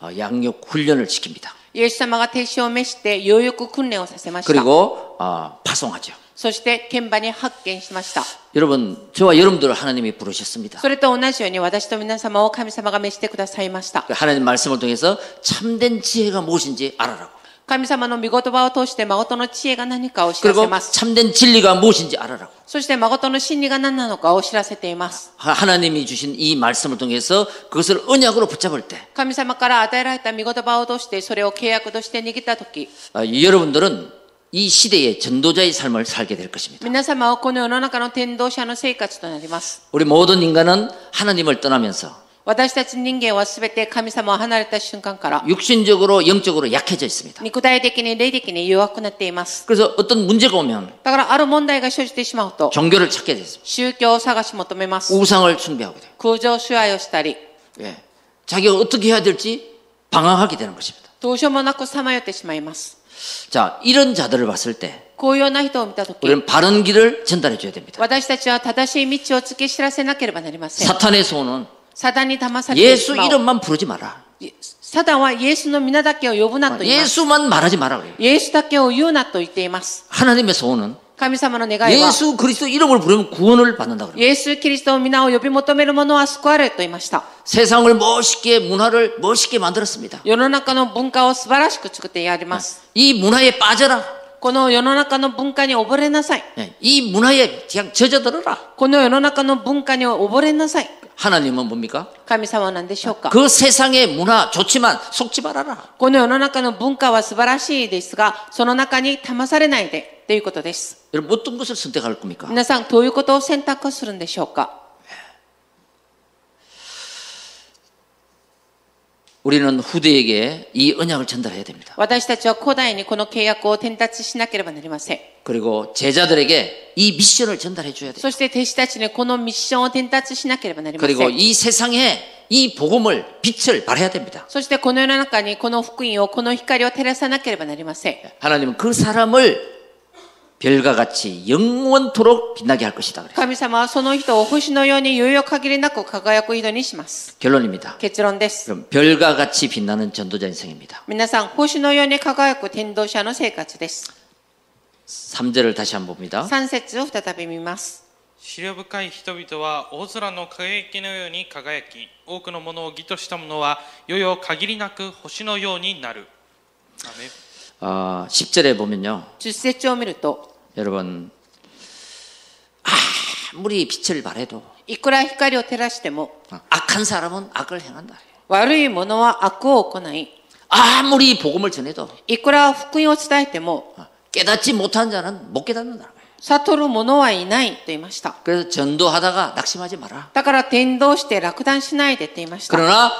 S1: 어, 양육 훈련을 시킵니다.
S2: イエス様が弟子を召して、養育訓練をさせました。
S1: 그리고 어, 파송하죠.
S2: そして、現場に発見しました。
S1: 여러분 저와 여러분들을 하나님이 부르셨습니다.
S2: それと同じように、私と皆様を神様が召してくださいました。
S1: 그 하나님 말씀을 통해서 참된 지혜가 무엇인지 알아라고.
S2: 神様の御言葉を通して、誠の知恵が何かを知らせ
S1: 그리고
S2: ます。
S1: 참된 진리가 무엇인지 알아라고.
S2: そして、誠の真理が何なのかを知らせています。
S1: 하- 하나님이 주신 이 말씀을 통해서 그것을 언약으로 붙잡을 때
S2: 神様から与えられた御言葉を通して、それを契約として握ったとき、
S1: 아, 여러분들은 이 시대의 전도자의 삶을 살게 될 것입니다.
S2: 皆様はこの世の中の天道者の生活となります。
S1: 우리 모든 인간은 하나님을 떠나면서
S2: 私たち人間はすべて神様を離れた瞬間から、
S1: 육신적으로 영적으로 약해져 있습니다.
S2: 肉体的に霊的に弱くなっています。
S1: 그래서 어떤 문제가 오면
S2: だからある問題が生じてしまうと、
S1: 종교를 찾게 되죠.
S2: 宗教を探し求めます。
S1: 우상을 숭배하게 돼요.
S2: 空情支配をしたり、
S1: 예. 자기가 어떻게 해야 될지 방황하게 되는 것입니다.
S2: どうしようもなくさまよってしまいます。
S1: 자, 이런 자들을 봤을 때
S2: こういうような人を見たとき、
S1: 우리는 바른 길을 전달해 줘야 됩니다.
S2: 私たちは正しい道を突き知らせなければなりません。
S1: 사탄의 소원은
S2: サダンに騙されてし
S1: 예수
S2: まう。
S1: 이름만 부르지 마라.
S2: サダンはイエスの皆だけを呼ぶなと言います。
S1: 예수만 말하지 마라 그래요.
S2: イエスだけを言うなと言っています。
S1: 하나님의 소원은
S2: 神様の願いは、
S1: 예수 그리스도 이름을 부르면 구원을 받는다 그래요.
S2: イエス・キリストの皆を呼び求める者は救われると言いました。
S1: 세상을 멋있게 문화를 멋있게 만들었습니다.
S2: 世の中の文化を素晴らしく作ってやります。
S1: 이 문화에 빠져라.
S2: この世の中の文化に溺れなさい。
S1: 예, 이 문화에 그냥 젖어들어라.
S2: この世の中の文化に溺れなさい。
S1: 하나님은 뭡니까?
S2: 神様は何でしょうか
S1: 그 세상의 문화 좋지만 속지 말아라.
S2: この世の中の文化は素晴らしいですが、その中に騙されないでということです。
S1: 여러분 어떤 것을 선택할 겁니까?
S2: 皆さん、どういうことを選択するんでしょうか
S1: 우리는 후대에게 이 언약을 전달해야 됩니다.
S2: 私たちは古代にこの契約を伝達しなければなりません。
S1: 그리고 제자들에게 이 미션을 전달해 줘야 돼요.
S2: そして弟子たちにこのミッションを伝達しなければなりませ
S1: 그리고
S2: ん。
S1: 이 세상에 이 복음을 빛을 발해야 됩니다.
S2: そしてこの世の中にこの福音を、この光を照らさなければなりません。
S1: 하나님은 그 사람을 별과 같이 영원토록 빛나게 할 것이다 그래요.
S2: 神様はその人を星のように余裕限りなく輝く人にします。
S1: 결론입니다.
S2: 結論です。
S1: 그럼 별과 같이 빛나는 전도자 인생입니다.
S2: 皆さん、星のように輝く天道者の生活です。
S1: 3절을 다시 한번 봅니다.
S2: 3節を再び見ます。
S3: 資料深い人々は大空の輝きのように輝き多くのものを義としたものはよよ限りなく星のようになる。アーメン
S1: 어, 10절에 보면요.
S2: 10節を見ると、
S1: 여러분 아무리 빛을 발해도
S2: いくら光を照らしても、
S1: 악한 사람은 악을 행한다.
S2: 悪い者は悪を行い、
S1: 아무리 복음을 전해도
S2: いくら福音を伝えても、
S1: 아, 깨닫지 못한 자는 못 깨닫는다.
S2: 悟る者はいないと言いました。
S1: 그래서 전도하다가 낙심하지 마라.
S2: だから転倒して落胆しないでって言いました。
S1: 그러나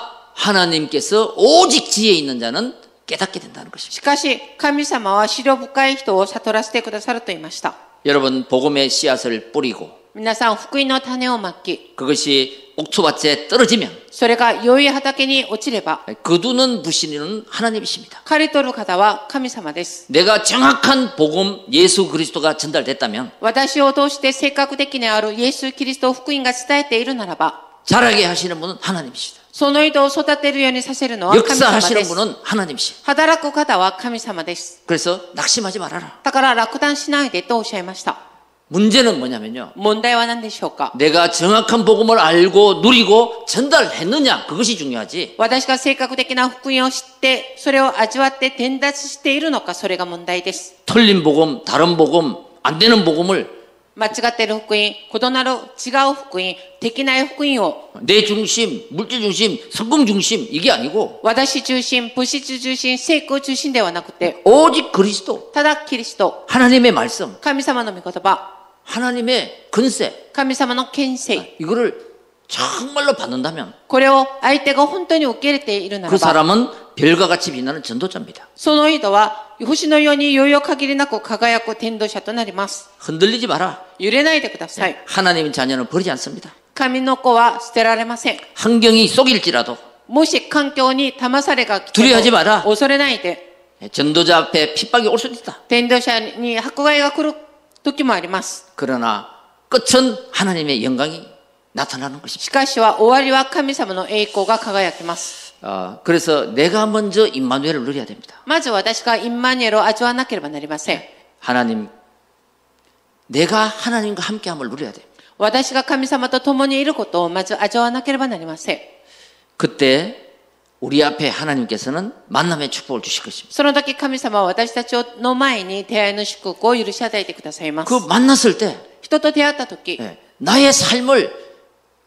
S1: 하나님께서 오직 지혜 있는 자는 깨닫게 된다는 것입니다.
S2: しかし、神様は資料深い人を悟らせてくださると言いました。
S1: 여러분 복음의 씨앗을 뿌리고
S2: 皆さん、福音の種をまき、
S1: 그것이 옥토밭에 떨어지면 그
S2: それが良い畑に落ちれば、
S1: 거두는 부신이는 하나님이십니다.
S2: 刈り取る方は神様です。
S1: 내가 정확한 복음 예수 그리스도가 전달됐다면
S2: 私を通して性格的にあるイエス・キリストを福音が伝えているならば、
S1: 자라게 하시는 분은 하나님이시다.
S2: その人を育てるようにさせるのは神様で
S1: 역사하시는
S2: す。
S1: 분은 하나님이시.
S2: 働く方は神様です。
S1: 그래서 낙심하지 말아라.
S2: だから落胆しないでとおっしゃいました。
S1: 문제는 뭐냐면요.
S2: 問題は何でしょうか
S1: 내가 정확한 복음을 알고 누리고 전달했느냐 그것이 중요하지.
S2: 私が性格的な福音を知って、それを味わって伝達しているのか、それが問題です。
S1: 틀린 복음, 다른 복음, 안 되는 복음을
S2: 間違ってる福音、異なる違う福音、できない福音を、
S1: 내 중심, 물질 중심, 성공 중심 이게 아니고
S2: 私中心、物質中心、成功中心ではなくて、
S1: 오직 그리스도
S2: ただキリスト、
S1: 하나님의 말씀,
S2: 神様の御言葉、
S1: 하나님의 근세
S2: 神様の権勢、
S1: 이거를 정말로 받는다면
S2: これを相手が本当に受け入れているな
S1: 그
S2: らば、
S1: 사람은 별과 같이 빛나는 전도자입니다.
S2: その人は星のように余裕限りなく輝く天道者となります。
S1: 흔들리지 마라.
S2: 揺れないでください。
S1: 하나님의 자녀는 버리지 않습니다.
S2: 神の子は捨てられません。
S1: 환경이 속일지라도
S2: もし環境に騙されが来
S1: 두려워하지마라
S2: ても恐れないで。
S1: 예, 전도자 앞에 핍박이 올 수도 있다.
S2: 伝道者に迫害が来る時もあります。
S1: 그러나 끝은 하나님의 영광이 나타나는 것입니다.
S2: しかしは終わりは神様の栄光が輝きます。
S1: 어, 그래서 내가 먼저 임마누엘을 누려야 됩니다.
S2: まず私がインマニュエルを味わわなければなりません。
S1: 하나님, 내가 하나님과 함께함을 누려야 됩니다.
S2: 私が神様と共にいることをまず味わわなければなりません。
S1: 그때 우리 앞에 하나님께서는 만남의 축복을 주실 것입니다.
S2: その時神様は私たちの前に出会いの祝福を許し与えてくださいます
S1: 그 。 만났을 때
S2: 人と出会った時、
S1: 예, 나의 삶을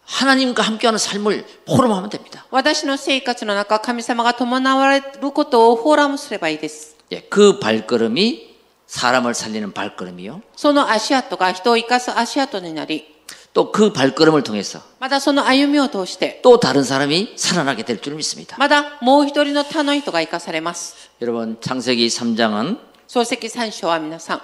S1: 하나님과 함께하는 삶을 포럼하면 됩니다.
S2: 私の生活の中、神様が伴われることをフォーラムすればいいです。
S1: 예, 그 발걸음이 사람을 살리는 발걸음이요.
S2: その足跡が人を生かす足跡になり、
S1: 또 그 발걸음을 통해서
S2: またその歩みを通して、
S1: 또 다른 사람이 살아나게 될 줄 믿습니다.
S2: まだもう一人の他の人が生かされます。
S1: 여러분 창세기 3장은
S2: 漱石三章は皆さん、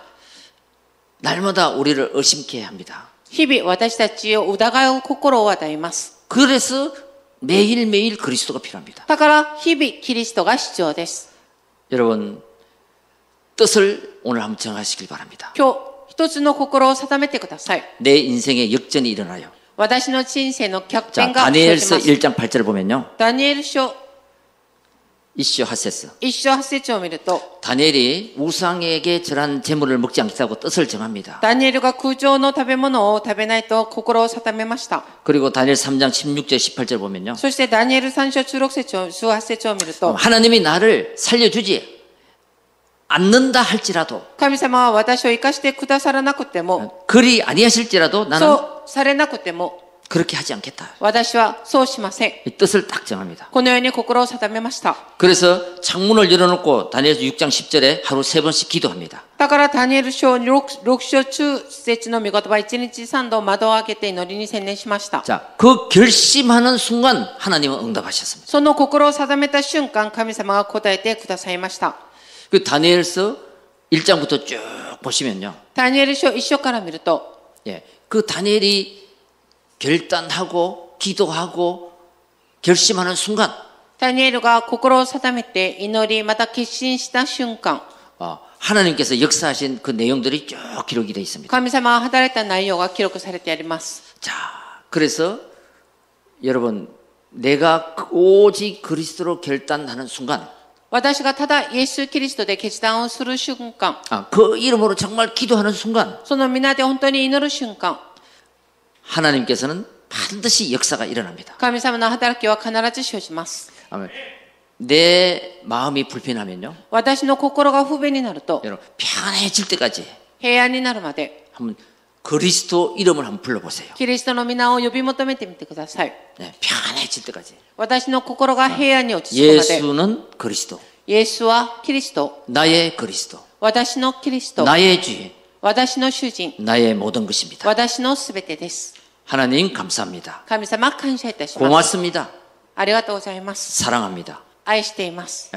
S1: 날마다 우리를 의심케 합니다.
S2: 日々私たちを疑う心を与えます。
S1: 그래서 매일매일 그리스도가 필요합니다.
S2: だから日々キリストが必要です。
S1: 여러분 뜻을 오늘 한번 정하시길 바랍니다.
S2: 今日、一つの心を定めてください。
S1: 내 인생에 역전이 일어나요.
S2: 私の人生の逆
S1: 자,
S2: 転が生じ
S1: 다니엘서
S2: ます。
S1: 1장 8절을 보면요.
S2: ダニエル書
S1: 이슈 하세스.
S2: 一章八節を見ると、
S1: 다니엘이 우상에게 절한 재물을 먹지 않겠다고 뜻을 정합니다.
S2: ダニエルが空調の食べ物を食べないと心を定めました。
S1: 그리고 다니엘 3장 16절 18절 보면요. 어,
S2: そしてダニエル3章中6節を、18節を見ると、
S1: 하나님이 나를 살려주지 않는다 할지라도
S2: 神様は私を生かしてくださらなくても、
S1: 그리 아니하실지라도 나는
S2: そうされなくても、
S1: 그렇게 하지 않겠다.
S2: 私はそうしません。
S1: 이 뜻을 딱 정합니다.
S2: このように心を定めました。
S1: 그래서 창문을 열어놓고 다니엘서 6장 10절에 하루 세 번씩 기도합니다.
S2: だからダニエル書 6, 6章中節の御言葉1日3度窓を開けて祈りに専念しました。
S1: 자, 그 결심하는 순간 하나님은 응답하셨습니다.
S2: その心を定めた瞬間、神様が答えてくださいました。
S1: 그 다니엘서 1장부터 쭉 보시면요.
S2: ダニエル書1章から見ると、
S1: 예, 그 다니엘이 결단하고 기도하고 결심하는 순간
S2: ダニエルが心を定めて祈り、また決心した瞬間、
S1: 어, 하나님께서 역사하신 그 내용들이 쭉 기록이 되어 있습니다.
S2: 神様が働いた内容が記録されてあります。
S1: 자, 그래서 여러분 내가 그- 오직 그리스도로 결단하는 순간
S2: 私がただイエス・キリストで決断をする瞬間、
S1: 아, 그 이름으로 정말 기도하는 순간
S2: その皆で本当に祈る瞬間、
S1: 하나님께서는 반드시 역사가 일어납니다.
S2: 神様の働きは必ず生じます。
S1: 아멘. 내 마음이 불편하면요.
S2: 私の心が不便になると、
S1: 여러분 편해질 때까지
S2: 平安になるまで、
S1: 한번 그리스도 이름을 한번 불러보세요.
S2: キリストの皆を呼び求めてみてください。
S1: 네, 편해질 때까지. 私
S2: 私の心が平安に落ち着くまで、
S1: 예수는 그리스도.
S2: イエスはキリスト、
S1: 나의 그리스도.
S2: 私のキリスト、
S1: 나의 주인.
S2: 私の主人、
S1: 나의 모든 것입니다.
S2: 私のすべてです。
S1: 하나님 감사합니다.
S2: 神様、感謝いたします。
S1: 고맙습니다.
S2: ありがとうございます。
S1: 사랑합니다.
S2: 愛しています。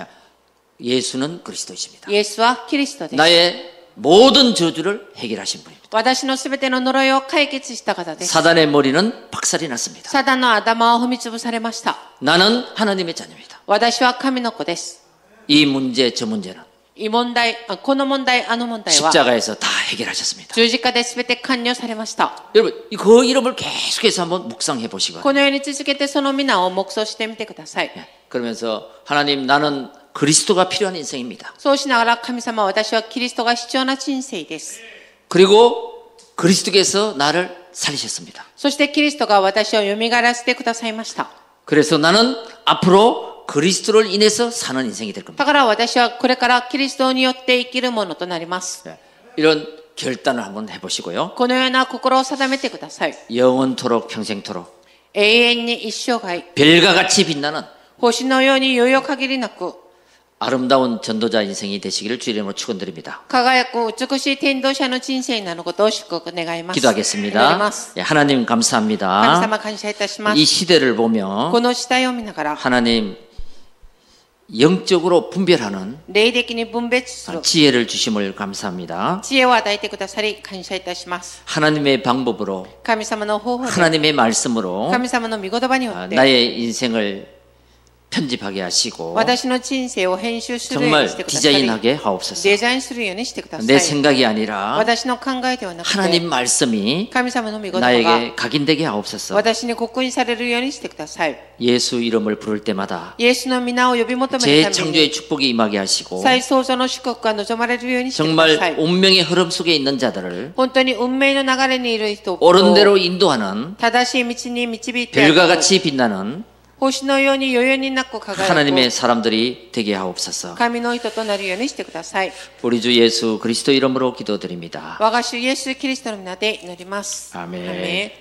S1: 예수는 그리스도이십니다.
S2: イエスはキリスト
S1: 네.
S2: です。
S1: 나의 모든 저주를 해결하신 분입니다.
S2: 私のすべての呪いを解決した方
S1: 네.
S2: です。
S1: 사단의 머리는 박살이 났습니다.
S2: サダンの頭を踏みつぶされました。
S1: 나는 하나님의 자녀입니다.
S2: 私は神の子です。
S1: 이 문제 저 문제는
S2: いい問題、あこの問題、あの問
S1: 네,
S2: 題は、
S1: 십자가에서 다 해결하셨습니다.
S2: 十字架で全て完了されました。
S1: 여러분 이- 그 이름을 계속해서 한번 묵상해 보시고
S2: このように続けてその皆を黙想してみてください。
S1: 네. 그러면서 하나님 나는 그리스도가 필요한 인생입니다.
S2: そうしながら神様、私はキリストが必要な人生です。
S1: 그리고 그리스도께서 나를 살리셨습니다.
S2: そしてキリストが私を蘇らせてくださいました。
S1: 그래서 나는 앞으로 그리스도를 인해서 사는 인생이 될 겁니다.
S2: だから私はこれからキリストによって生きるものとなります。
S1: 예, 이런 결단을 한번 해보시고요.
S2: このような心を定めてください。
S1: 영원토록 평생토록
S2: 永遠に一生涯、
S1: 별과 같이 빛나는
S2: 星のように余裕限りなく、
S1: 아름다운 전도자 인생이 되시기를 주 이름으로 축원드립니다.
S2: 輝く美しい天道者の人生になることを祝福願います。祈り
S1: 기도하겠습니다.
S2: ます。
S1: 예, 하나님
S2: 神
S1: 감사합니다.
S2: 様感謝いたしま
S1: 이
S2: す。
S1: 시대를 보면
S2: この死体を見ながら、
S1: 하나님 영적으로 분별하는
S2: 霊的に分別する
S1: 지혜를 주심을 감사합니다.
S2: 知恵を与えてくださり、感謝いたします。
S1: 하나님의 방법으로
S2: 神様の方法で、 네.
S1: 하나님의 말씀으로
S2: 神様の御言葉によ
S1: 아,
S2: って、
S1: 나의 인생을 편집하게 하시고
S2: 私の人生を編集するよう
S1: 정말
S2: にしてくださり
S1: 디자인하게 하옵소서.
S2: デザインするようにしてくださ
S1: 내
S2: い
S1: 생각이 아니라
S2: 私の考えではなくて
S1: 하나님 말씀이
S2: 神様の御言葉が
S1: 나에게 각인되게 하옵소서.
S2: 私に刻印されるようにしてください
S1: 예수 이름을 부를 때마다
S2: イエスの皆を呼び求めるために
S1: 재창조의 축복이 임하게 하시고
S2: 再創造の祝福が望まれるようにしてくださ
S1: 정말
S2: い
S1: 운명의 흐름 속에 있는 자들을
S2: 本当に運命の流れにいる人々
S1: 옳은
S2: を
S1: 대로 인도하는
S2: 正しい道に導いてあげ
S1: 별과
S2: る
S1: 같이 빛나는
S2: 星のように余裕になく輝
S1: 하나님의
S2: く
S1: 사람들이 되게 하옵소서.
S2: 神の人となるようにしてください
S1: 우리 주 예수 그리스도 이름으로 기도드립니다.
S2: 我が主イエス・キリストの皆で祈ります。
S1: アーメン
S2: ーメン